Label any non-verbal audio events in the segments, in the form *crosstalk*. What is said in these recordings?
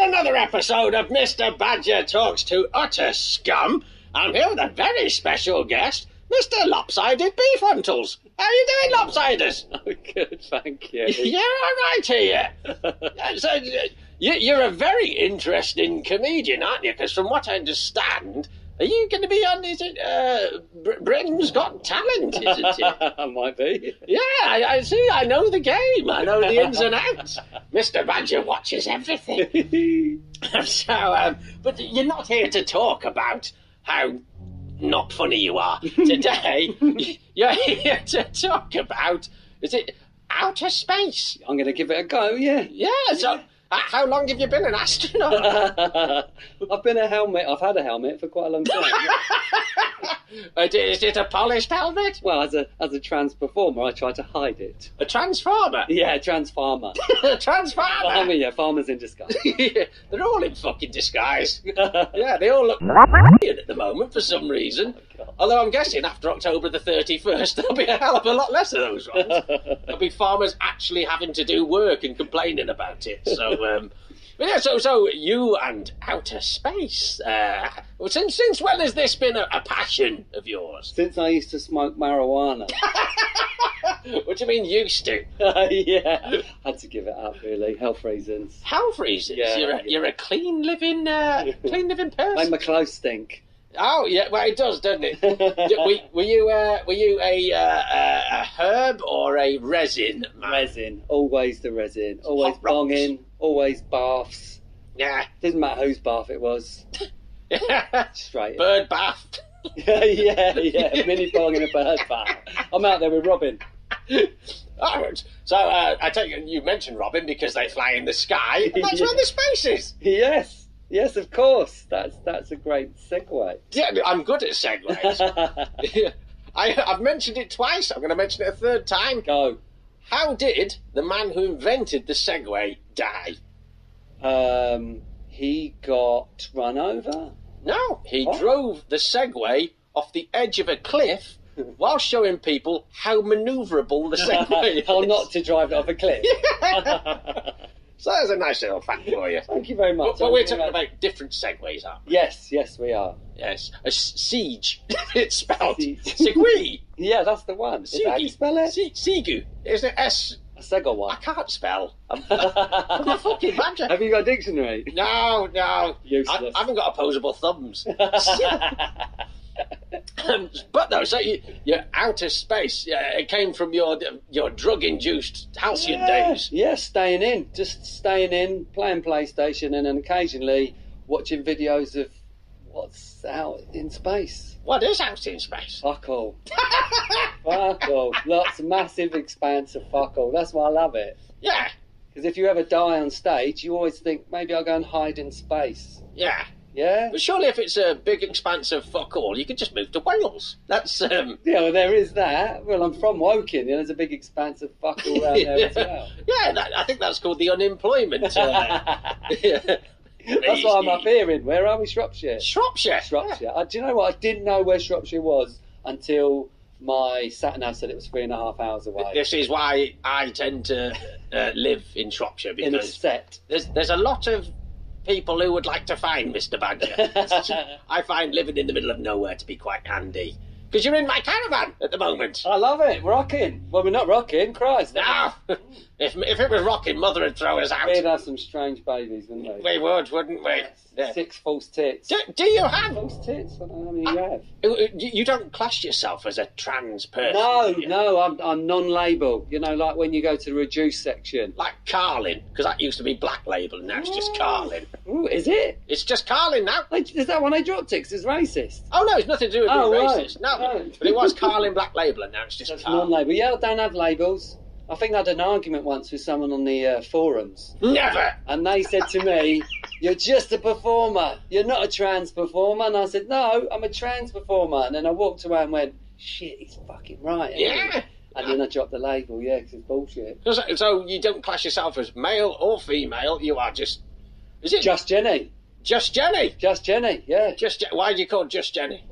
episode of Mr. Badger Talks to Utter Scum. I'm here with a very special guest, Mr. Lopsided Beefruntles. How are you doing, Lopsiders? *laughs* Good, *laughs* thank you. *laughs* You're all right here. Uh, so, uh, you, you're a very interesting comedian, aren't you? Because from what I understand, are you going to be on? Is it uh, Br- Britain's Got Talent? Isn't *laughs* it? Might be. Yeah, I, I see. I know the game. I know the ins and outs. Mr. Badger watches everything. *laughs* so, um, but you're not here to talk about how not funny you are today. *laughs* you're here to talk about is it outer space? I'm going to give it a go, yeah. *laughs* Yeah. So, h- how long have you been an astronaut? I've been a helmet, I've had a helmet for quite a *laughs* long time. Uh, d- is it a polished helmet? well, as a as a trans performer, I try to hide it. A transformer? Yeah, *laughs* trans farmer. a transformer? farmer, yeah, farmer's in disguise. They're all in fucking disguise. oh, Yeah, they all look weird at the moment for some *laughs* *laughs* reason. Oh, Although I'm guessing after October the 31st, *laughs* there'll be a hell of a lot less of those ones. *laughs* there'll be farmers actually having to do work and complaining about it. So, um, but yeah, so so you and outer space. Uh, well, since since when has this been a, a passion of yours? Since I used to smoke *laughs* marijuana. *laughs* What do you mean used to? yeah, had to give it up, really, health reasons. Health reasons. Yeah, you're a, yeah. you're a clean living uh, clean living person. Made my clothes stink. Oh yeah, well it does, doesn't it? *laughs* Yeah, were, were you uh, were you a, uh, a a herb or a resin? man? resin, always the resin, always Hot rocks. bonging, always baths. Yeah, *laughs* Didn't matter whose bath it was, straight. bird bath. *laughs* yeah, yeah, yeah. Mini bong in a bird bath. I'm out there with Robin. All right. So uh, I tell you, you mentioned Robin because they fly in the *laughs* sky. And that's where the space is. Yes, yes, of course. That's that's a great segue. *laughs* Yeah, I'm good at segues. *laughs* I, I've mentioned it twice. I'm going to mention it a third time. Go. How did the man who invented the Segway die? Um, he got *laughs* run over. No, he What? drove the Segway off the edge of a *laughs* cliff while showing people how manoeuvrable the *laughs* Segway is. How not to drive it off a cliff. So that's a nice little fact for you. Thank you very much. But, but we're talking about different Segways, aren't we? Yes, yes, we are. Yes. A s- siege. *laughs* it's spelled Siege. Segway. Yeah, that's the one. Is that how you Sigu. spell it? Si- Sigu. Is it S? A second I *laughs* one. can't spell. I'm, I'm a *laughs* Have fucking badger. you got a dictionary? No, no. I, Useless. I haven't got opposable *laughs* thumbs. Um, but though, so you, your outer space, yeah, it came from your your drug-induced halcyon yeah, days. yeah, staying in, just staying in, playing PlayStation, and then occasionally watching videos of what's out in space. What is out in space? *laughs* Fuck all. fuck all. Lots, massive expanse of fuck all. That's why I love it. Yeah, Because if you ever die on stage, you always think maybe I'll go and hide in space. yeah. Yeah. But surely, if it's a big expanse of fuck all, you could just move to Wales. That's um, Yeah, well, there is that. Well, I'm from Woking, and there's a big expanse of fuck all around there as well. *laughs* yeah. That, I think that's called the unemployment. Uh, *laughs* *laughs* That's why I'm up here in. Where are we? Shropshire. Shropshire. Shropshire. I, do you know what? I didn't know where Shropshire was until my sat nav said it was three and a half hours away. This is why I tend to uh, live in Shropshire in a because set. there's there's a lot of people who would like to find Mr. *laughs* Badger. I find living in the middle of nowhere to be quite handy because you're in my caravan at the moment. I love it. Rocking. Well, we're not rocking. Christ. Ah, *laughs* if if it was rocking, mother would throw us out. We'd have some strange babies, wouldn't we? We would, wouldn't we? Yeah. Six false tits. Do, do you have? uh, False tits? I don't know how many you have. You you don't class yourself as a trans person. No, do you? no, I'm, I'm non-label. You know, like when you go to the reduce section. Like Carlin, because that used to be Black Label, and now it's just Carlin. Ooh, is it? It's just Carlin now. They- Is that one they dropped it 'cause it's racist? Oh no, it's nothing to do with Oh, being right. racist. No, Right. but it was Carlin Black Label, and now it's just Carlin. Non-label. Yeah, I don't have labels. I think I had an argument once with someone on the uh, forums. Never. And they said to me, You're just a performer. You're not a trans performer. And I said, No, I'm a trans performer. And then I walked away and went, Shit, he's fucking right. isn't he?" Yeah. And then I dropped the label, yeah, 'cause it's bullshit. So, so you don't class yourself as male or female. You are just. Is it just, Just Jenny. Jenny? Just Jenny, yeah. Just Je- why are you called just Jenny?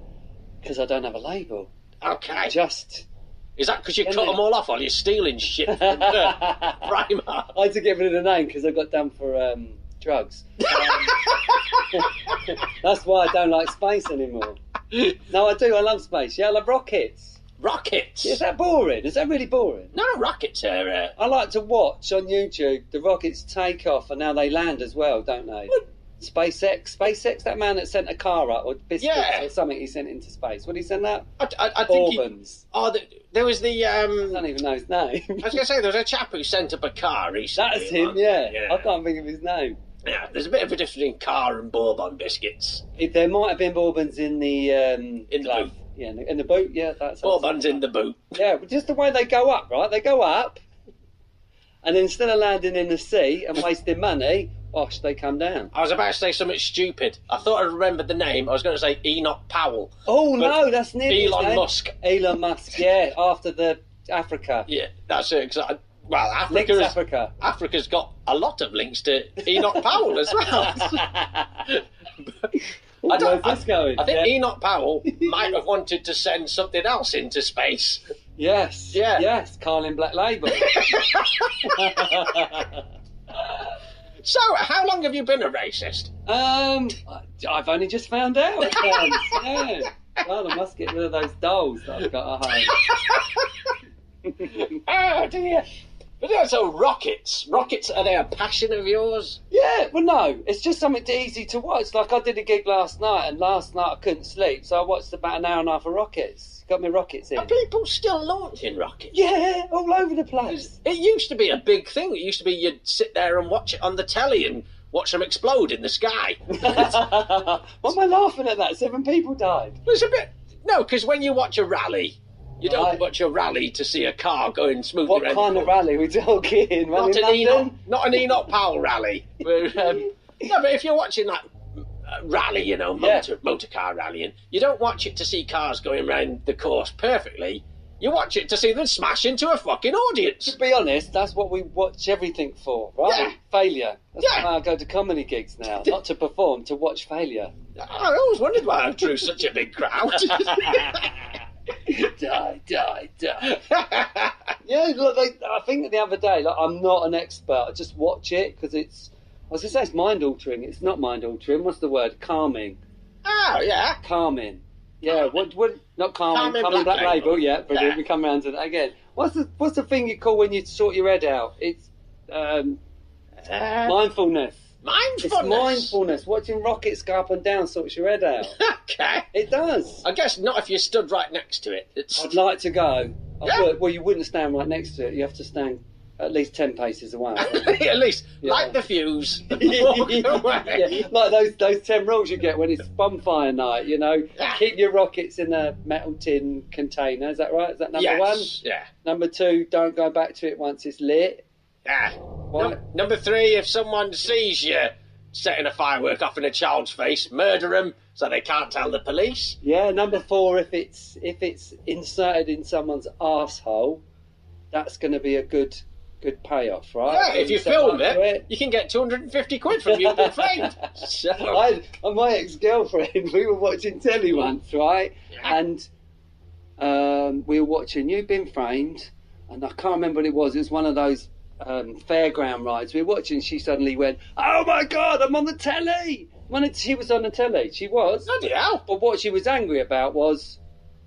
Because I don't have a label. Okay. *laughs* Just. *laughs* Is that because you cut Jenny. them all off while you're *laughs* stealing shit from uh, I Primark? had to get rid of the name because I got done for um, drugs. Um, that's why I don't like space anymore. Um, No, I do. I love space. Yeah, I love rockets. *laughs* Rockets. Is that boring? Is that really boring? No, rockets are. Uh, I like to watch on YouTube the rockets take off and now they land as well, don't they? What? SpaceX, SpaceX, that man that sent a car up or biscuits Yeah. or something he sent into space. What did he send that? I, I, I think. he- Orbans. oh, the, there was the. I Um, don't even know his name. I was going to say there was a chap who sent up a car recently. *laughs* That's him, wasn't yeah. there? I can't think of his name. Yeah, There's a bit of a difference between car and bourbon biscuits. If there might have been bourbons in the um, In the glove. boot. yeah, in the, in the boot. Yeah, that's Bourbon's in the boot. Yeah, but just the way they go up, right? They go up, and instead of landing in the sea and wasting money, gosh, they come down. I was about to say something stupid. I thought I remembered the name. I was going to say Enoch Powell. Oh But no, that's nearly Elon his name. Musk. Elon Musk. Yeah, after the Africa, Yeah, that's it. 'cause I- well, next Africa has, *laughs* Africa. Africa's got a lot of links to Enoch Powell as *laughs* well. I I don't- don't, Oh, Where's this going? I think yeah. Enoch Powell might have wanted to send something else into space. yes, Yeah. yes, Carlin Black *laughs* Label. So, how long have you been a racist? Um, I- I've only just found out. *laughs* um, yeah. Well, I must get rid of those dolls that I've got at home. Oh dear. But yeah, so rockets. Rockets are they a passion of yours? yeah, well, no, it's just something to- easy to watch. Like I did a gig last night, and last night I couldn't sleep, so I watched about an hour and a half of rockets. Got my rockets in. Are people still launching rockets? Yeah, all over the *laughs* place. It used to be a big thing. It used to be you'd sit there and watch it on the telly and watch them explode in the *laughs* sky. Why am I laughing at that? Seven people died. Well, It's a bit no, because when you watch a rally, you don't Right. watch a rally to see a car going smoothly. What around kind the of corner. rally we talking? One Not in an Enoch, London? not an Enoch Powell rally. Where, um, no, but if you're watching that uh, rally, you know, Yeah. motor motor car rallying, you don't watch it to see cars going round the course perfectly. You watch it to see them smash into a fucking audience. To be honest, that's what we watch everything for, right? Yeah. Failure. That's Yeah. why I go to comedy gigs *laughs* now, not to perform, to watch failure. I always wondered why I drew such a big crowd. *laughs* *laughs* die, die, die. yeah, look, like, I think the other day, like, I'm not an expert. I just watch it because it's. I was going to say it's mind altering. It's not mind altering. What's the word? Calming. oh yeah, Calming. Yeah, what, what, not calming, Calming calming, black, Black label. Label. yeah, brilliant. Yeah. We come round to that again. What's the, what's the thing you call when you sort your head out? It's um, uh, mindfulness. It's mindfulness. mindfulness. Watching rockets go up and down sorts your head out. okay. It does. I guess not if you stood right next to it. It's, I'd like to go. I Yeah. would. Well, you wouldn't stand right next to it. You have to stand at least 10 paces *laughs* away. at least Yeah. light the fuse. *laughs* *laughs* walk away. yeah, like those those 10 rules you get when it's bonfire night, you know. Yeah. Keep your rockets in a metal tin container. Is that right? Is that number Yes, Yeah. one? Number two, don't go back to it once it's lit. Yeah. Why- Num- number three, if someone sees you setting a firework off in a child's face, murder them so they can't tell the police. Yeah, number four, if it's if it's inserted in someone's asshole, that's going to be a good good payoff, right? Yeah, if you film Set it, up you can get 250 quid from your good *laughs* friend. So, I, and my ex girlfriend, *laughs* we were watching telly once, right? Yeah. And um, we were watching You've Been Framed, and I can't remember what it was. It was one of those um, fairground rides. We were watching, she suddenly went, Oh my God, I'm on the telly! When it, she was on the telly, she was. bloody hell. But what she was angry about was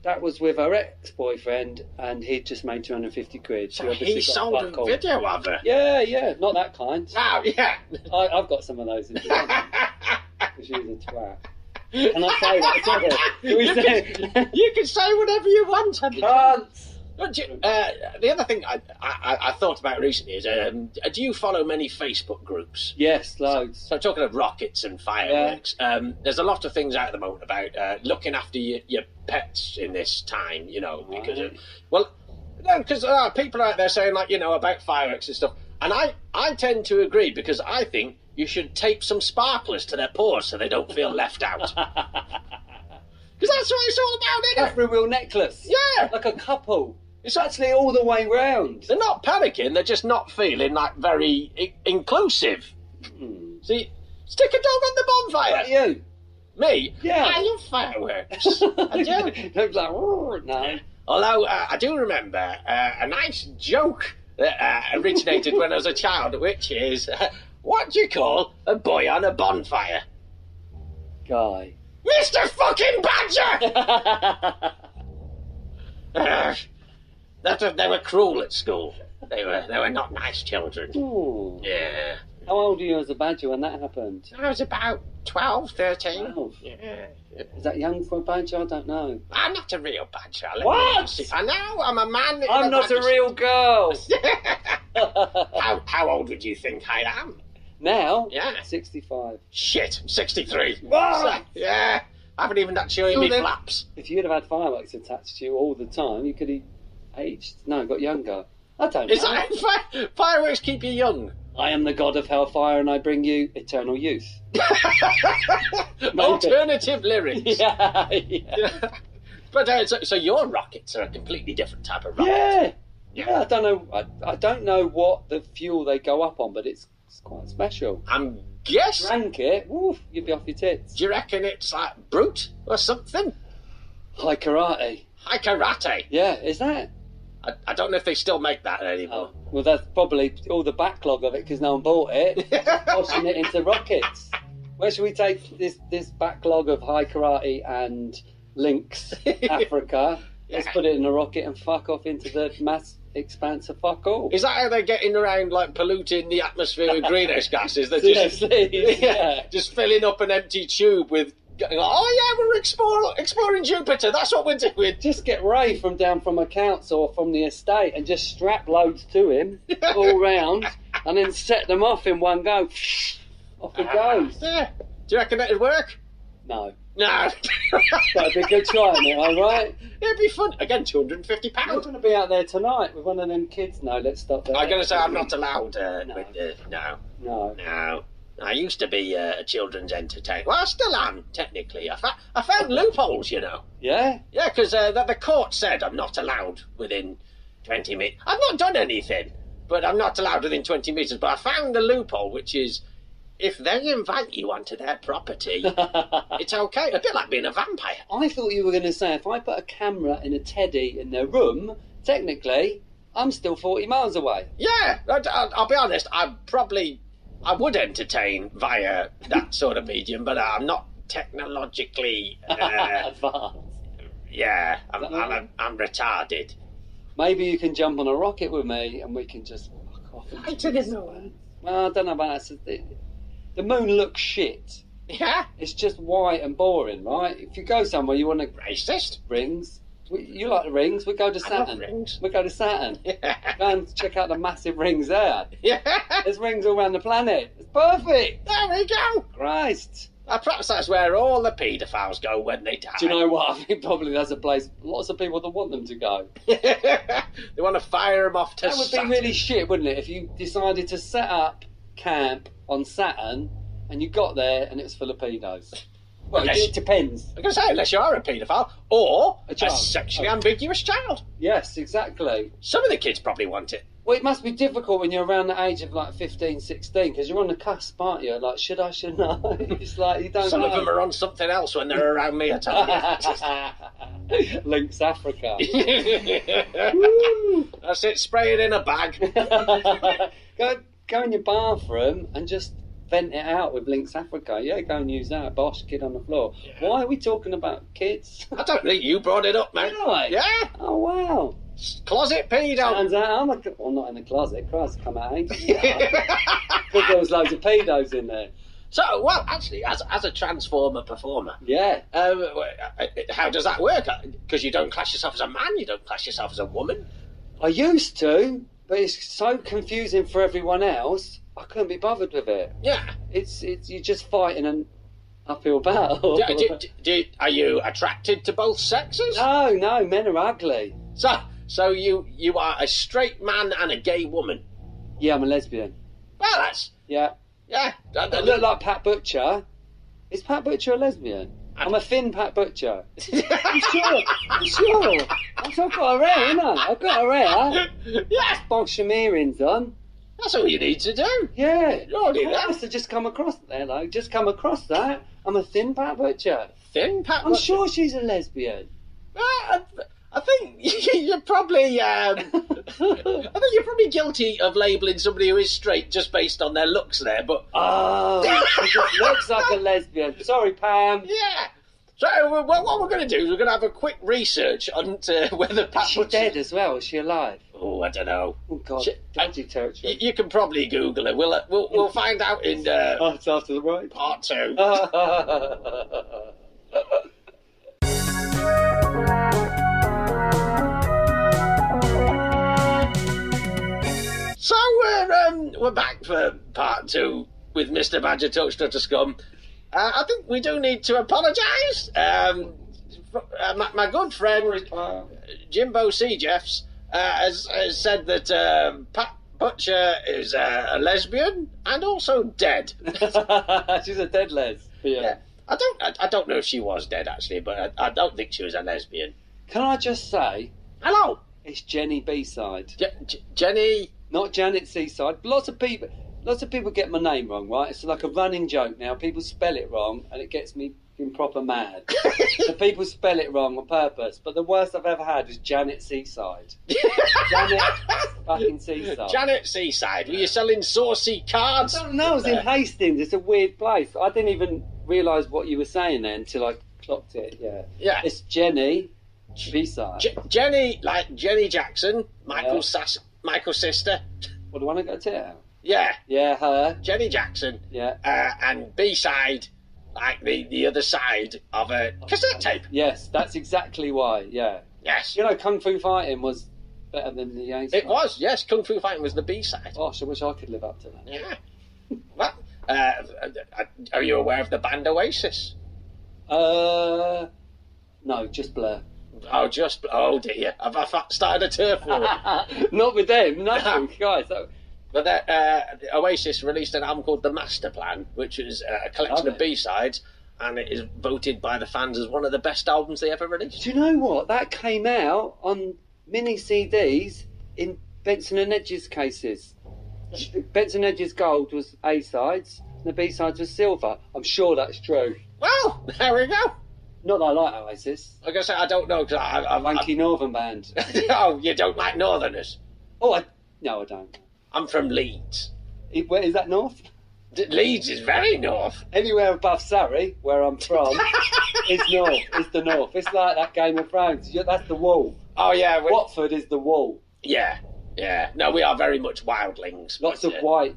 that was with her ex boyfriend, and he'd just made 250 quid. She So obviously he got sold a fuck all. video of her. Yeah, yeah, not that kind. Wow, yeah. I, I've got some of those. In *laughs* She's a twat. Can I say that? Can we You say can- you can say whatever you want. *laughs* Andy. Cunts. But do you- uh, the other thing I, I, I thought about recently is um, do you follow many Facebook groups? Yes, loads. *laughs* So, talking of rockets and fireworks, um, there's a lot of things out at the moment about uh, looking after your, your pets in this time, you know, because, of, Right. well, no, because there are people out there saying, like, you know, about fireworks and stuff. And I, I tend to agree because I think you should tape some sparklers to their paws so they don't feel left *laughs* out. Because that's what it's all about, isn't it? Every wheel necklace. Yeah. Like a couple. It's It's actually all the way round. They're not panicking, they're just not feeling like very I- inclusive. Hmm. See, stick a dog on the bonfire. Like you. Me? Yeah. I love *laughs* fireworks. I do. Looks like, "Roar," no. Although uh, I do remember uh, a nice joke that uh, originated when I was a child, which is *laughs* What do you call a boy on a bonfire? *laughs* Guy. Hmm. Mr. Fucking Badger! *laughs* Ugh. that, they were cruel at school. They were they were not nice children. Ooh. Yeah. How old were you as a badger when that happened? I was about 12, 13. Twelve. Yeah. Is that young for a badger? I don't know. I'm not a real badger. let me What? I know, I'm a man. in I'm not a badger- real girl. *laughs* how, how old would you think I am? *laughs* now, Yeah. 65. Shit, I'm 63. What? Yeah. I haven't even touched you in So me then- flaps. If you'd have had fireworks attached to you all the time, you could have aged. No, got younger. I don't Is know. that fire, fireworks keep you young? I am the god of hellfire and I bring you eternal youth. Alternative lyrics. Yeah, *laughs* yeah. *laughs* but uh, so, so your rockets are a completely different type of rocket. Yeah. Yeah, I don't know. I, I don't know what the fuel they go up on, but it's, it's quite special. I'm guessing. Drank it, woof, you'd be off your tits. Do you reckon it's like brute or something? High karate. High karate. Yeah, is that? eh? I, I don't know if they still make that anymore. Oh, well, that's probably all the backlog of it because no one bought it. Washing it into rockets. Where should we take this this backlog of high karate and *laughs* links Africa? Let's put it in a rocket and fuck off into the mass expanse of fuck all. *laughs* *laughs* Is that how they're getting around, like polluting the atmosphere with greenhouse gases? They're just, Seriously, *laughs* yeah. just filling up an empty tube with. Oh yeah, we're explore, exploring Jupiter. That's what we're doing. Just get Ray from down from a council or from the estate and just strap loads to *laughs* him all round and then set them off in one go. *laughs* Off Ah. he goes. Yeah. Do you reckon that'd work? No. No. *laughs* That'd be a good try, mate, alright? It'd be fun. Again, two hundred and fifty I'm pounds. going to be out there tonight with one of them kids. No, let's stop there. I'm gonna say I'm not allowed. Uh, no. No. With, uh, no, No. no. I used to be uh, a children's entertainer. Well, I still am technically. I, fa- I found loopholes, you know. Yeah? *laughs* Yeah, because uh, the, the court said I'm not allowed within twenty meters. I've not done anything, but I'm not allowed within twenty meters. But I found the loophole, which is if they invite you onto their property, I it's okay. A bit like being a vampire. thought you were going to say if I put a camera in a teddy in their room, technically, I'm still 40 miles away. *laughs* Yeah, I, I, I'll be honest. I probably I would entertain via that sort of medium, but I'm not technologically. *laughs* Uh, Advanced. yeah, I'm, I'm, I'm retarded. Maybe you can jump on a rocket with me and we can just fuck off. and I took it nowhere. Well, I don't know about that. The, the moon looks shit. Yeah, It's just white and boring, right? If you go somewhere, you want to racist. rings. We- You like the rings? We go to I love Saturn. rings. *laughs* We go to Saturn. yeah, *laughs* Go and check out the massive rings there. there There's rings all around the planet. It's perfect. we go. Christ. Uh, perhaps that's where all the paedophiles go when they die. Do you know what? *laughs* I think probably that's a place lots of people that want them to go. *laughs* they want to fire them off to That would be Saturn. really shit, wouldn't it? If you decided to set up camp on Saturn and you got there and it was full of pedos. Well, Unless- it depends. I'm going to say, unless you are a paedophile or A a, child. sexually Oh. ambiguous child. Yes, exactly. Some of the kids probably want it. Well, it must be difficult when you're around the age of like 15, 16, because you're on the cusp, aren't you? Like, should I, shouldn't I? *laughs* It's like you don't Some know. of them are on something else when they're around me. I *laughs* tell *laughs* Links Africa. you. Woo! That's it. Spray it in a bag. *laughs* go, go in your bathroom and just vent it out with Links Africa. Yeah, go and use that. Bosh, kid on the floor. Why are we talking about kids? *laughs* I don't think you brought it up, mate. Really? Yeah. Oh, wow. Closet pedo. *laughs* Turns out I'm a, well, not in the closet. Christ, come out. Because there was loads of pedos in there. so, well, actually, as as a transformer performer, Yeah. um, how does that work? Because you don't class yourself as a man, you don't class yourself as a woman. I used to, but it's so confusing for everyone else. I couldn't be bothered with it. Yeah. It's it's you're just fighting an uphill battle. Do, *laughs* do, do, do, are you attracted to both sexes? no, no, men are ugly. So, so you you are a straight man and a gay woman. Yeah, I'm a lesbian. Well, that's Yeah, yeah. that- I that- *laughs* Uh, look like Pat Butcher. Is Pat Butcher a lesbian? I'm a thin Pat *laughs* Butcher. I'm sure. I'm sure. I'm sure I've got a rare, ain't I? I've got a rare. yeah, Box some earrings on. that's all you need to do. Yeah. You're already I there. must have just come across there, though. Just come across that. I'm a thin Pat Butcher. Thin Pat. Ah, I'm sure she's a lesbian. *laughs* *laughs* *laughs* Well, I, I think you're probably um, I think you're probably guilty of labelling somebody who is straight just based on their looks there, but Oh, she just looks like a lesbian. Sorry, Pam. yeah. So uh, well, what we're going to do is we're going to have a quick research on uh, *laughs* whether Pat Is she Butcher- dead as well? Is she alive? Oh, I don't know. Oh, God. She- Dodgy You, territory. you can probably Google it. We'll uh, we'll, we'll find out in uh, Oh, it's after the break. part two. So we're um, we're back for part two with Mr. Badger Touchstutter Scum. Uh, I think we do need to apologise. Um, f- uh, my, my good friend Jimbo C. Jeffs uh, has, has said that um, Pat Butcher is uh, a lesbian and also dead. *laughs* She's a dead les. Yeah. I don't I, I don't know if she was dead actually, but I, I don't think she was a lesbian. Can I just say, Hello, it's Jenny B side, Je- Je- *laughs* Jenny. not Janet C side. Lots of people, lots of people get my name wrong, right? It's like a running joke now. People spell it wrong, and it gets me in proper mad. the people spell it wrong on purpose. But the worst I've ever had was Janet Seaside. Janet fucking Seaside. Janet Seaside, were you selling saucy cards? I don't know. I was in Hastings. It's a weird place. I didn't even realise what you were saying there until I clocked it. Yeah. Yeah. It's Jenny B-side. Je- Jenny, like Jenny Jackson, Yeah. Michael's sas- Michael's sister. what do I want to go to? Yeah, Yeah, her. Jenny Jackson. Yeah. Uh, and B side, like the, the other side of a cassette tape. Yes, that's exactly why. Yeah. Yes, You know, Kung Fu Fighting was better than the Yanks. it was. Yes, Kung Fu Fighting was the B side. Gosh, I wish I could live up to that. Yeah. Well, uh, are you aware of the band Oasis? Uh, no, just *laughs* blur. Oh, just oh dear, have I fa- started a turf *laughs* war? Not with them. No, guys. that- but the, uh, Oasis released an album called The Master Plan, which is uh, a collection Lovely. of B sides, and it is voted by the fans as one of the best albums they ever released. Do you know what? That came out on mini CDs in Benson and Edges cases. Benson and Edges Gold was A sides, and the B sides was silver. I'm sure that's true. Well, *laughs* there we go. Not that I like Oasis. Like I said, I don't know because I, I, Um, I, Wanky Northern Band. *laughs* oh, you don't like Northerners. Oh, I, no, I don't. I'm from Leeds. It, where, is that north? D- Leeds is very north. *laughs* Anywhere above Surrey, where I'm from, is north. It's the north. It's like that Game of Thrones. Yeah, That's the wall. Oh yeah, we, Watford is the wall. Yeah, yeah. No, we are very much wildlings. Lots but, of uh, white.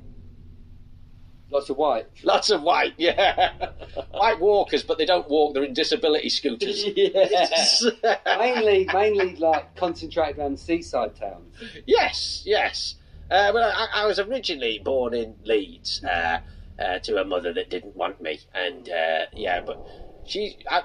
Lots *laughs* of white. Lots of white, yeah. white walkers, but they don't walk. They're in disability *laughs* scooters. yeah. mainly, mainly like concentrated around seaside towns. *laughs* yes, yes. Uh, well, I, I was originally born in Leeds uh, uh, to a mother that didn't want me, and uh, yeah, but she, I,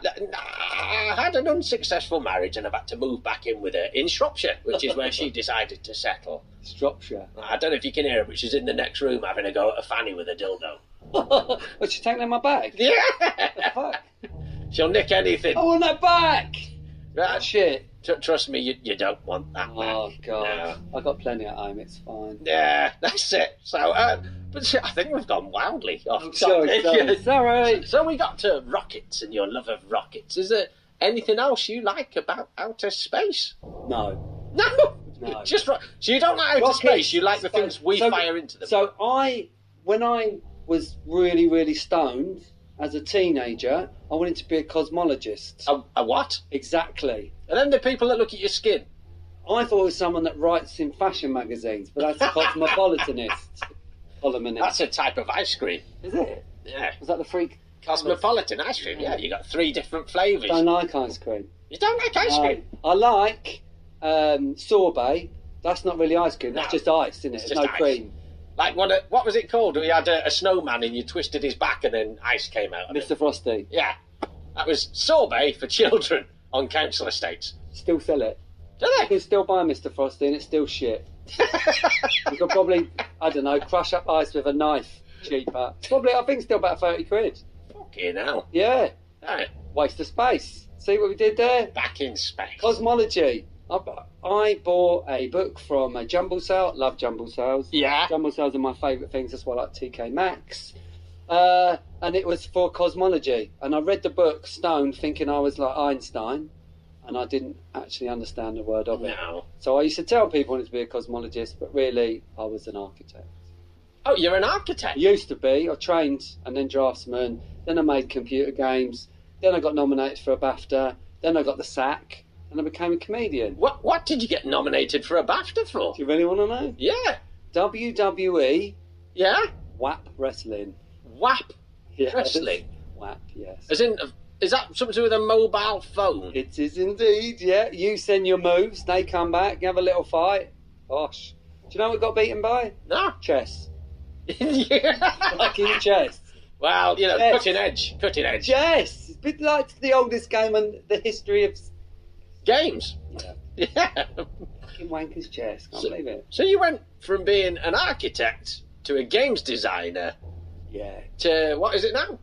I had an unsuccessful marriage, and I've had to move back in with her in Shropshire, which is where *laughs* she decided to settle. It's Shropshire. *laughs* I don't know if you can hear her, but she's in the next room having a go at a fanny with a dildo. oh, she's taking in my bag. Yeah, *laughs* Fuck. she'll nick anything. I want that back. Right, Shit. Tr- trust me, you, you don't want that. Oh back. god. No. I got plenty at home. It's fine. Yeah, that's it. So, uh, but I think we've gone wildly off I'm sorry. topic. *laughs* Sorry. sorry. So we got to rockets and your love of rockets. Is there anything else you like about outer space? *laughs* No. No, No. just ro- so you don't like outer Rockets, space. You like the space. things we So- fire into them. So I, when I was really, really stoned as a teenager, I wanted to be a cosmologist. a, a what? Exactly. And then the people that look at your skin. I thought it was someone that writes in fashion magazines, but that's *laughs* a cosmopolitanist. Columnist. That's a type of ice cream. Is it? Yeah, Was that the freak? cosmopolitan ice cream. Yeah, you got three different flavors. Don't like ice cream. You don't like ice No. cream. I like um, sorbet. That's not really ice cream. That's No. just ice, isn't it? It's There's just no ice. cream. Like what? What was it called? We had a, a snowman and you twisted his back and then ice came out. Of it. Mr. Frosty, Yeah, that was sorbet for *laughs* children on council estates. still sell it. Do You they? can still buy Mr. Frosty, and it's still shit. you could probably, I don't know, crush up ice with a knife cheaper. Probably, I think, still about thirty quid. Fucking hell! Yeah, Right, waste of space. See what we did there? back in space. Cosmology. I, bu- I bought a book from a jumble sale. Love jumble sales. yeah. Jumble sales are my favourite things. That's why I like TK Maxx. Uh, and it was for cosmology. And I read the book Stone, thinking I was like Einstein. and I didn't actually understand a word of it. No. So I used to tell people I wanted to be a cosmologist, but really I was an architect. Oh, you're an architect. I used to be. I trained and then draftsman. Then I made computer games. Then I got nominated for a BAFTA. Then I got the sack, and I became a comedian. What What did you get nominated for a BAFTA for? Do you really want to know? E, Yeah. WWE Yeah. WAP wrestling. WAP. Yes. Wrestling? WAP. Yes. As in, is that something to do with a mobile phone? It is indeed, yeah. You send your moves, they come back, have a little fight. Gosh. Do you know what got beaten by? No. *laughs* Chess. Fucking well, chess. you know, Yes. cutting edge, cutting edge Chess! It's been like the oldest game in the history of games. *laughs* Yeah. Yeah. fucking wankers chess. Can't So- believe it. So you went from being an architect to a games designer Yeah. to what is it now?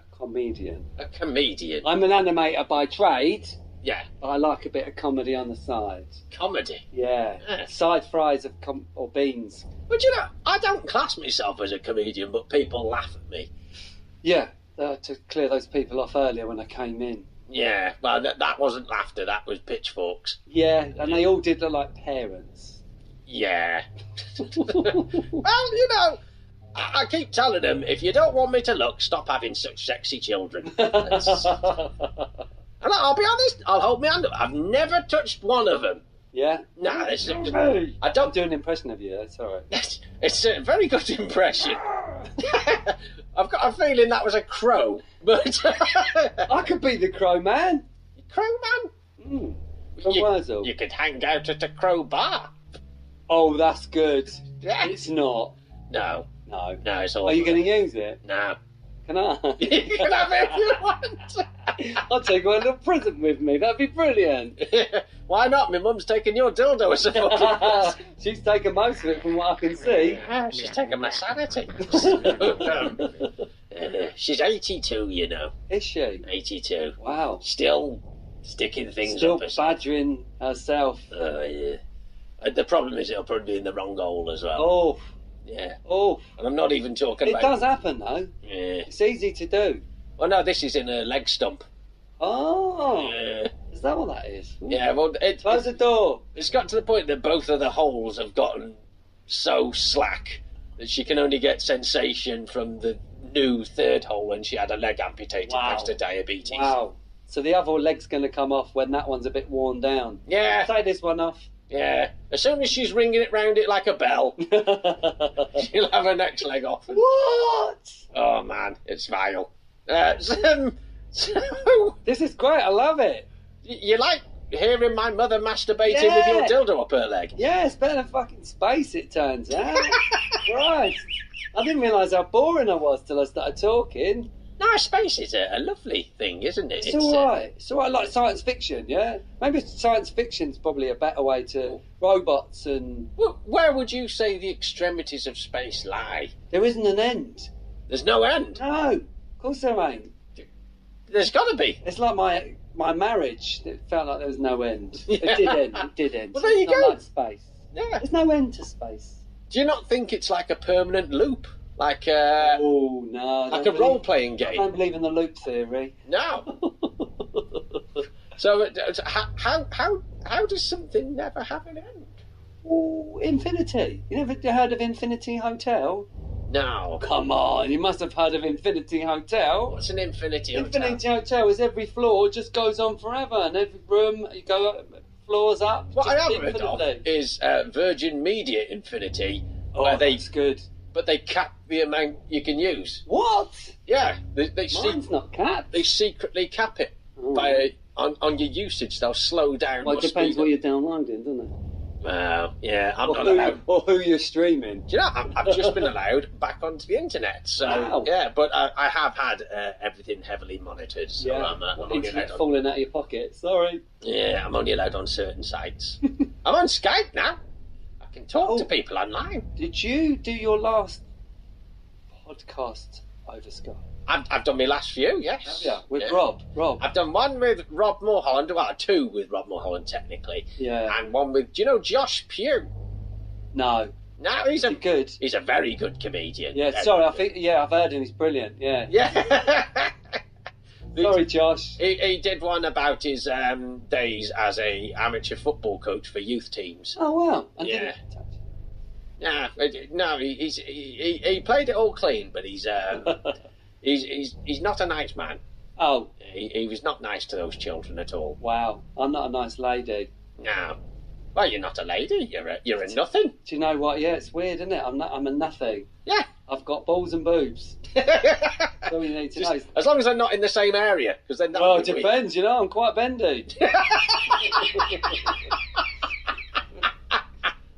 A comedian. A comedian. I'm an animator by trade, Yeah. but I like a bit of comedy on the side. Comedy. Yeah. Yes. Side fries of com- or beans. But you know, I don't class myself as a comedian, but people laugh at me. Yeah. Uh, to clear those people off earlier when I came in. Yeah. Well, that, that wasn't laughter. That was pitchforks. Yeah, and they all did look like parents. Yeah. *laughs* well, you know, I, I keep telling them if you don't want me to look, stop having such sexy *laughs* children. That's- and I'll be honest, I'll hold my hand up. I've never touched one of them. yeah. No, it's, Hey. I I'll don't. do an impression of you. That's all right. It's, it's a very good *laughs* impression. I've got a feeling that was a crow, but *laughs* I could be the Crow Man. crow man. Mm. From You, Wurzel. you could hang out at a crow bar. Oh, that's good. Yeah. It's not. No, No. no, it's all. Are you going to use it? No, *laughs* Can I? you can have it if you want. *laughs* I'll take one to prison with me. That'd be brilliant. *laughs* *laughs* Why not? My mum's taking your dildo as a fucking. She's taken most of it from what I can see. *laughs* Yeah, she's taking my sanity. *laughs* Uh, she's 82, you know. Is she? 82. Wow. Still sticking things Still up. as- badgering herself. Oh, yeah. Uh, The problem is it'll probably be in the wrong hole as well. Oh, Yeah. oh. And I'm not even talking It about. does happen though. Yeah. It's easy to do. Well, no, this is in a leg stump. Oh, Yeah. is that what that is? Yeah, well, it, Close the door. it's got to the point that both of the holes have gotten so slack that she can only get sensation from the new third hole when she had a leg amputated Wow. thanks to diabetes. Wow. So the other leg's going to come off when that one's a bit worn down. Yeah, Take this one off. *laughs* yeah. As soon as she's ringing it round it like a bell, *laughs* what? she'll have her next leg *laughs* off. Oh man, it's vile. Uh, *laughs* so, so, This is great. I love it. y- you like hearing my mother masturbating Yeah. with your dildo up her leg? Yeah, it's better than fucking space, it turns *laughs* out. Christ. I didn't realise how boring I was till I started talking. No, space is a, a lovely thing, isn't it? It's, uh, alright. It's alright, like science fiction, yeah? Maybe science fiction's probably a better way to. Robots and. Well, where would you say the extremities of space lie? There isn't an end. There's no end. No, of course there ain't. There's got to be. It's like my my marriage. It felt like there was no *laughs* end. Yeah. It did end. It did end. Well, there you It's not go. Like space. Yeah. There's no end to space. Do you not think it's like a permanent loop, like uh, oh no! I like a don't role believe- playing I game? don't believe in the loop theory. *laughs* No. So it- it's- how how how how does something never have an end? oh, infinity! You never heard of Infinity Hotel? No. Come on, you must have heard of Infinity Hotel. What's an infinity? hotel? Infinity Hotel is every floor just goes on forever, and every room you go up, floors up. What I just have heard of infinitely. is uh, Virgin Media Infinity, Oh, where they that's good. but they cap the amount you can use. What? Yeah, they they, se- Mine's not capped. they secretly cap it Oh. by on, on your usage. They'll slow down. Well, or it depends speed what you're downloading, doesn't it? up. Well, yeah, I'm Or not who, allowed. you- or who you're streaming. Do you know, I'm, I've just been allowed back onto the internet. So Wow. yeah, but I, I have had uh, everything heavily monitored. So I'm, uh, I'm only Internet allowed on, falling out of your pocket. Sorry. *laughs* yeah, I'm only allowed on certain sites. I'm on Skype now. I can talk to Oh. people online. Did you do your last podcast over Skype? I've, I've done my last few. Yes. Yeah, with Rob. Rob. I've done one with Rob Mulholland, well, two with Rob Mulholland technically, yeah. and one with, do you know, Josh Pugh. No. Now he's Is a it good? he's a very good comedian. *laughs* Yeah. Sorry. I think. Yeah, I've heard him. He's brilliant. Yeah. Yeah. Sorry, Josh. He, he did one about his um, days as a amateur football coach for youth teams. Oh wow! I didn't Yeah. touch it. Nah, it- no, he, he's, he, he he played it all clean, but he's um, he's, he's he's not a nice man. *laughs* oh He, he was not nice to those children at all. wow! I'm not a nice lady. No. Well, you're not a lady. You're a, you're a nothing. *laughs* Do you know what? Yeah, it's weird, isn't it? I'm not, I'm a nothing. Yeah. I've got balls and boobs. That's all you need to Just- know. as long as they're not in the same area, because then that Well, would it be weird. depends. You know, I'm *laughs* quite bendy.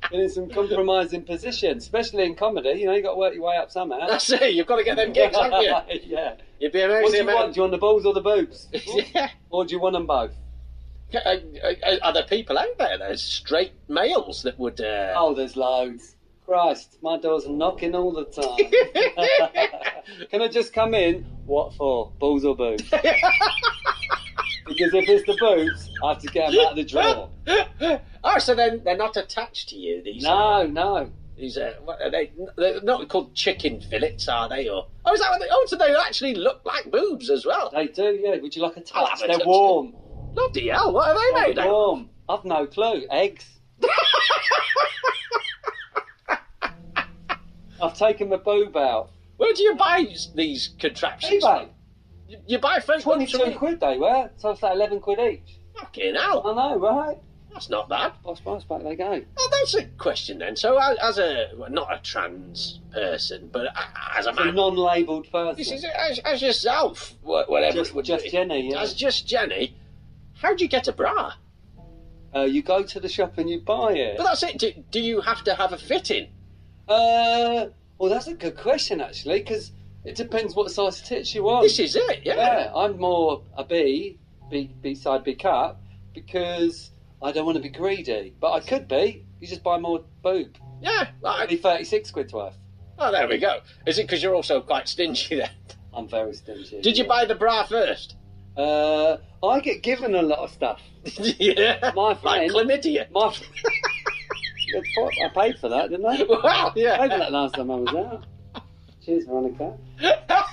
Been in some compromising positions, especially in comedy. You know, you got to work your way up somehow. That's it. You've got to get them gigs, haven't *laughs* you? yeah. You'd be What do amazing. you want? Do you want the balls or the boobs? *laughs* yeah. or do you want them both? Uh, uh, Are there people out there? There's straight males that would. Uh... Oh, there's loads. Christ, my door's knocking all *laughs* the time. Can I just come in? What for? Balls or boobs? because if it's the boobs, I have to get them out of the drawer. *laughs* oh, so then they're not attached to you. These No, no. these uh, what are they? They're not called chicken fillets, are they? Or oh, is that what they? Oh, so they actually look like boobs as well. They do, yeah. Would you like a I'll have touch? a They're touch. warm. Bloody hell! What are they made They're out? of? warm. I've no clue. Eggs. I've taken my boob out. *laughs* Where do you buy these contraptions? eBay. You, you buy first 22 quid they were. So it's like 11 quid each. Fucking I hell! know, right? That's not bad. Boss price back they go. Oh, that's a question then. So, as, as a well, not a trans person, but a- as a A man, non-labelled person. Ah. this is as, as yourself, wha- whatever. Just- it would just be. Jenny, yeah. As just Jenny. How do you get a bra? Uh, you go to the shop and you buy it. But that's it. Do, do you have to have a fitting? Uh, well, that's a good question actually, because it depends what size tits you want. This is it. Yeah. Oh. yeah, I'm more a B, B, B side, B cup, because I don't want to be greedy, but I could be. You just buy more boob. Yeah, Only right. thirty-six quid worth. Oh, there we go. Is it because you're also quite stingy then? I'm very stingy. Did you buy the bra first? *laughs* Uh, I get given a lot of stuff. yeah. My Like friend, chlamydia. *laughs* my. fr- Good fuck, I paid for *laughs* that, didn't I? Wow. I did Yeah. that last time I was out. Cheers, Veronica. *laughs*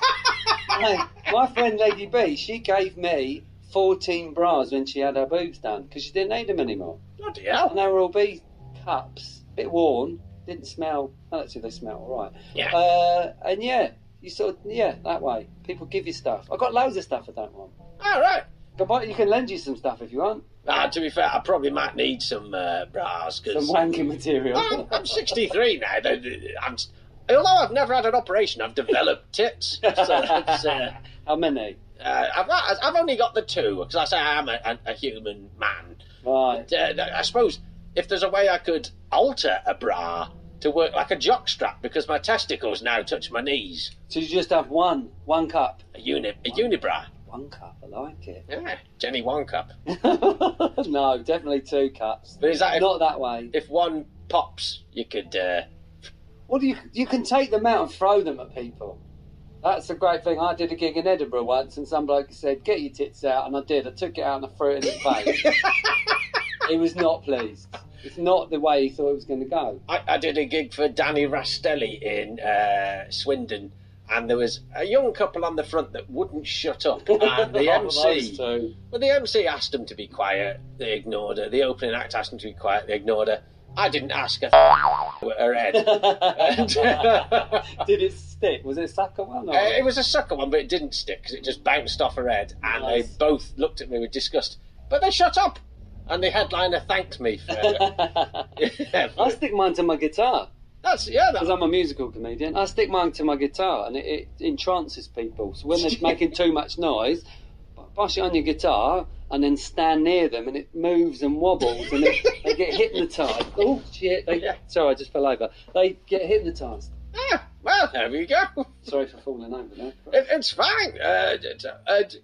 my, my friend Lady B, she gave me 14 bras when she had her boobs done because she didn't need them anymore. Bloody And hell. they were all B cups, bit worn, didn't smell. Well, actually, they smell all right. Yeah. Uh, and yeah, you sort of, yeah, that way. People give you stuff. I've got loads of stuff I don't want. All right. But what- You can lend you some stuff if you want. Ah, to be fair, I probably might need some uh, bras Some because *laughs* wanking material. I'm, I'm 63 now. They- they- I'm, although I've never had an operation, I've developed tits. So that's, uh, How many? uh, I've, got- I've only got the two because I say I am a, a, a human man. Right. Uh, I suppose if there's a way I could alter a bra to work like a jock strap because my testicles now touch my knees, So you just have one, one cup. a, uni, a unibra. One cup, I like it. *laughs* Yeah, Jenny one cup. no, definitely two cups. But is that if, Not that way. if one pops, you could. Uh, What do you you can take them out and throw them at people. That's a great thing. I did a gig in Edinburgh once, and some bloke said, "Get your tits out," and I did. I took it out and I threw it in his face. he was not pleased. It's not the way he thought it was going to go. I, I did a gig for Danny Rastelli in uh, Swindon, and there was a young couple on the front that wouldn't shut up. And the *laughs* Oh, those MC, two. well, the MC asked them to be quiet. They ignored her. The opening act asked them to be quiet. They ignored her. I didn't ask *laughs* her. her *laughs* head. Oh, And- uh, *laughs* did it stick? Was it a sucker one? Or? it was a sucker one, but it didn't stick because it just bounced off her head, and Nice. they both looked at me with disgust. But they shut up, and the headliner thanked me *laughs* *laughs* for. I stick mine to my guitar. That's yeah. Because That, I'm a musical comedian, I stick mine to my guitar and it, it entrances people. *laughs* So when they're making too much noise, bash it on your guitar and then stand near them and it moves and wobbles and they, they *laughs* get hypnotised. Oh shit! They, Yeah. Sorry, I just fell over. They get hypnotised. yeah, ah, well, there we go. Sorry for falling over *laughs* there. It, it's fine. Uh, d- d- uh, d-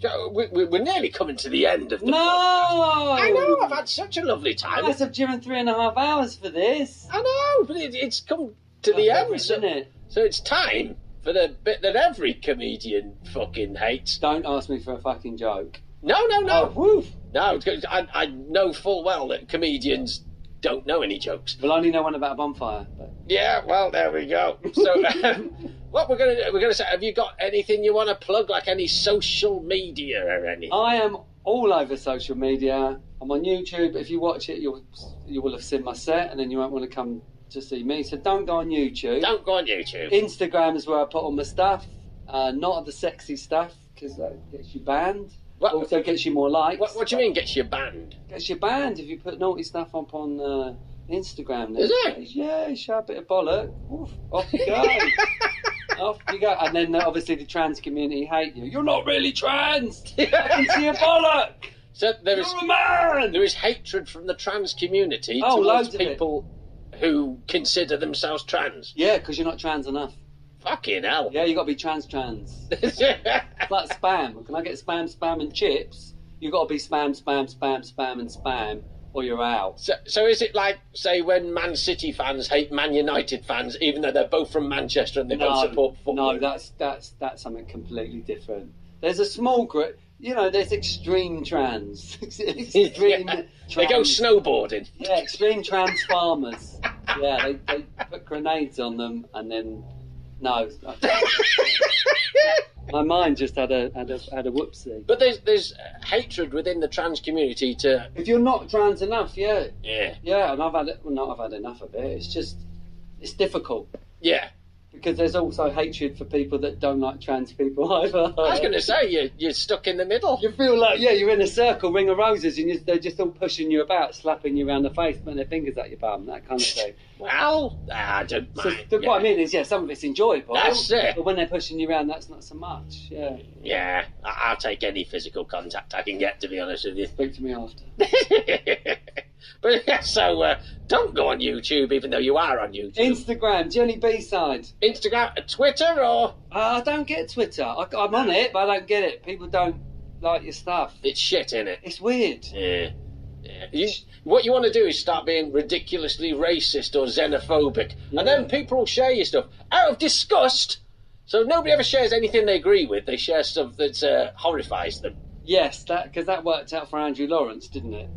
d- we, we- we're nearly coming to the end of the. No! I know. I've had such a lovely time. Guys, I've driven three and a half hours for this. I know, but it, it's come to the end, so, isn't it? so it's time for the bit that every comedian fucking hates. Don't ask me for a fucking joke. No, no, Oh, no, woof. no. it's good. I, I know full well that comedians don't know any jokes. Well, I only know one about a bonfire. But... *laughs* Yeah, well, there we go. So, um, What we're gonna do, we're gonna say? Have you got anything you want to plug, like any social media or anything? I am all over social media. I'm on YouTube. If you watch it, you'll you will have seen my set, and then you won't want to come to see me. So don't go on YouTube. Don't go on YouTube. Instagram is where I put all my stuff. Uh, not the sexy stuff because that gets you banned. What- Also gets you more likes. What, what do you mean gets you *laughs* banned? Gets you banned if you put naughty stuff up on uh, Instagram. Is these it? days. Yeah, show a bit of bollock. Oof, off you *laughs* go. off you go. And then uh, obviously the trans community hate you. You're not *laughs* really trans. I can see a bollock. So there is You're a man. there is hatred from the trans community Oh, towards loads of it. people who consider themselves trans. Yeah, because you're not trans enough. Fucking hell. Yeah, you got to be trans trans. It's like spam. Can I get spam, spam, and chips? you got to be spam, spam, spam, spam, and spam, or you're *laughs* out. so, so is it like, say, when Man City fans hate Man United fans, even though they're both from Manchester and they both support football? *laughs* no, that's that's that's something completely different. There's a small group. You know, there's extreme trans. *laughs* extreme Yeah. trans. They go snowboarding. Yeah, extreme trans farmers. Yeah, they, they put grenades on them and then. No. My mind just had a had a had a whoopsie. But there's there's uh, hatred within the trans community to If you're not trans enough, yeah, yeah Yeah, and I've had it. Well, not I've had enough of it. It's just, it's difficult yeah. because there's also hatred for people that don't like trans people *laughs* either. I was going to say you you're stuck in the middle. You feel like yeah, you're in a circle, ring of roses, and you, they're just all pushing you about, slapping you around the face, putting their fingers at your bum, that kind of *laughs* thing. well, I don't So mind. the- yeah. what I mean is, yeah, some of it's enjoyable. That's it. But when they're pushing you around, that's not so much. Yeah. yeah, I- I'll take any physical contact I can get. To be honest with you. *laughs* Speak to me after. but yeah, so uh, don't go on YouTube, even though you are on YouTube. Instagram, Johnny B side. Instagram, Twitter, or Uh, I don't get Twitter. I, I'm on it, but I don't get it. People don't like your stuff. it's shit in it. It's weird. Yeah. Yeah. You, what you want to do is start being ridiculously racist or xenophobic, and then people will share your stuff out of disgust. So nobody ever shares anything they agree with. They share stuff that uh, horrifies them. Yes, that because that worked out for Andrew Lawrence, didn't it?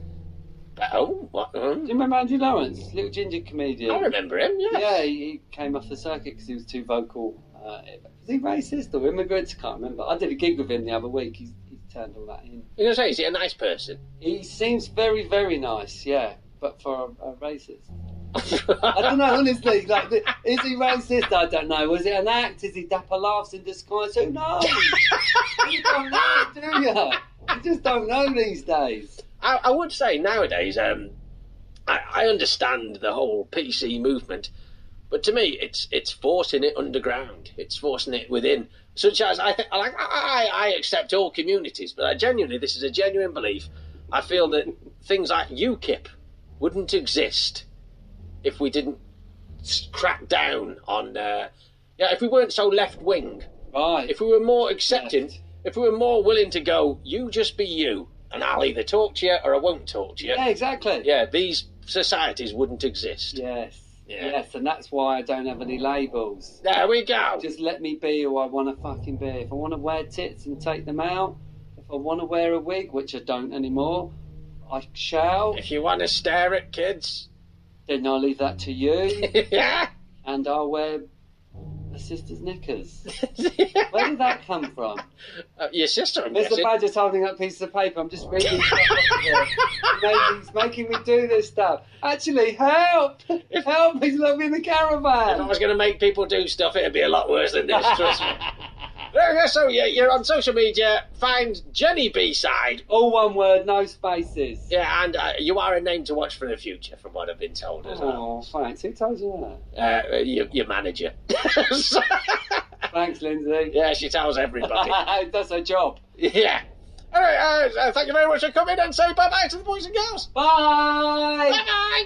Oh, what? Do hmm? you remember Andrew Lawrence, little ginger comedian? I remember him. Yes. Yeah, he, he came off the circuit because he was too vocal. Uh, was he racist or immigrant? I can't remember. I did a gig with him the other week. He's, he's turned all that in. You're gonna say, is he a nice person? He seems very, very nice. Yeah, but for a, a racist, I don't know. Honestly, like, the- is he racist? I don't know. Was it an act? Is he dapper laughs in disguise? Who knows? you don't know, do you? You just don't know these days. *laughs* I, I would say nowadays, um, I, I understand the whole PC movement, but to me, it's it's forcing it underground. It's forcing it within. Such as I think, like I, I I accept all communities, but I genuinely, this is a genuine belief. I feel that things like UKIP wouldn't exist if we didn't s- crack down on. Uh, yeah, if we weren't so left wing, Right. if we were more accepting, Yes. if we were more willing to go, you just be you, and I'll either talk to you or I won't talk to you. yeah, exactly. Yeah, these societies wouldn't exist. Yes. Yeah. Yes, and that's why I don't have any labels. There we go. Just let me be who I want to fucking be. If I want to wear tits and take them out, if I want to wear a wig, which I don't anymore, I shall. If you want to stare at kids, Then I'll leave that *laughs* to you, yeah. and I'll wear my sister's knickers. Where did that come from? *laughs* Uh, your sister, I'm Mr. guessing. Badger's holding up pieces of paper. I'm just reading. stuff *laughs* off here. He made- He's making me do this stuff. Actually, help! Help! He's locked me in the If I caravan. was going to make people do stuff, it'd be a lot worse than this. trust *laughs* me. There you go. So yeah, you're on social media. Find Jenny B side. All one word, no spaces. Yeah, and uh, you are a name to watch for the future, from what I've been told as well. Oh, thanks. Who told you Uh, your, your manager. *laughs* So- that? Thanks, Lindsay. Yeah, she tells *laughs* everybody. That's her job. yeah. All right, uh, uh, thank you very much for coming and say bye bye to the boys and girls. Bye. Bye bye.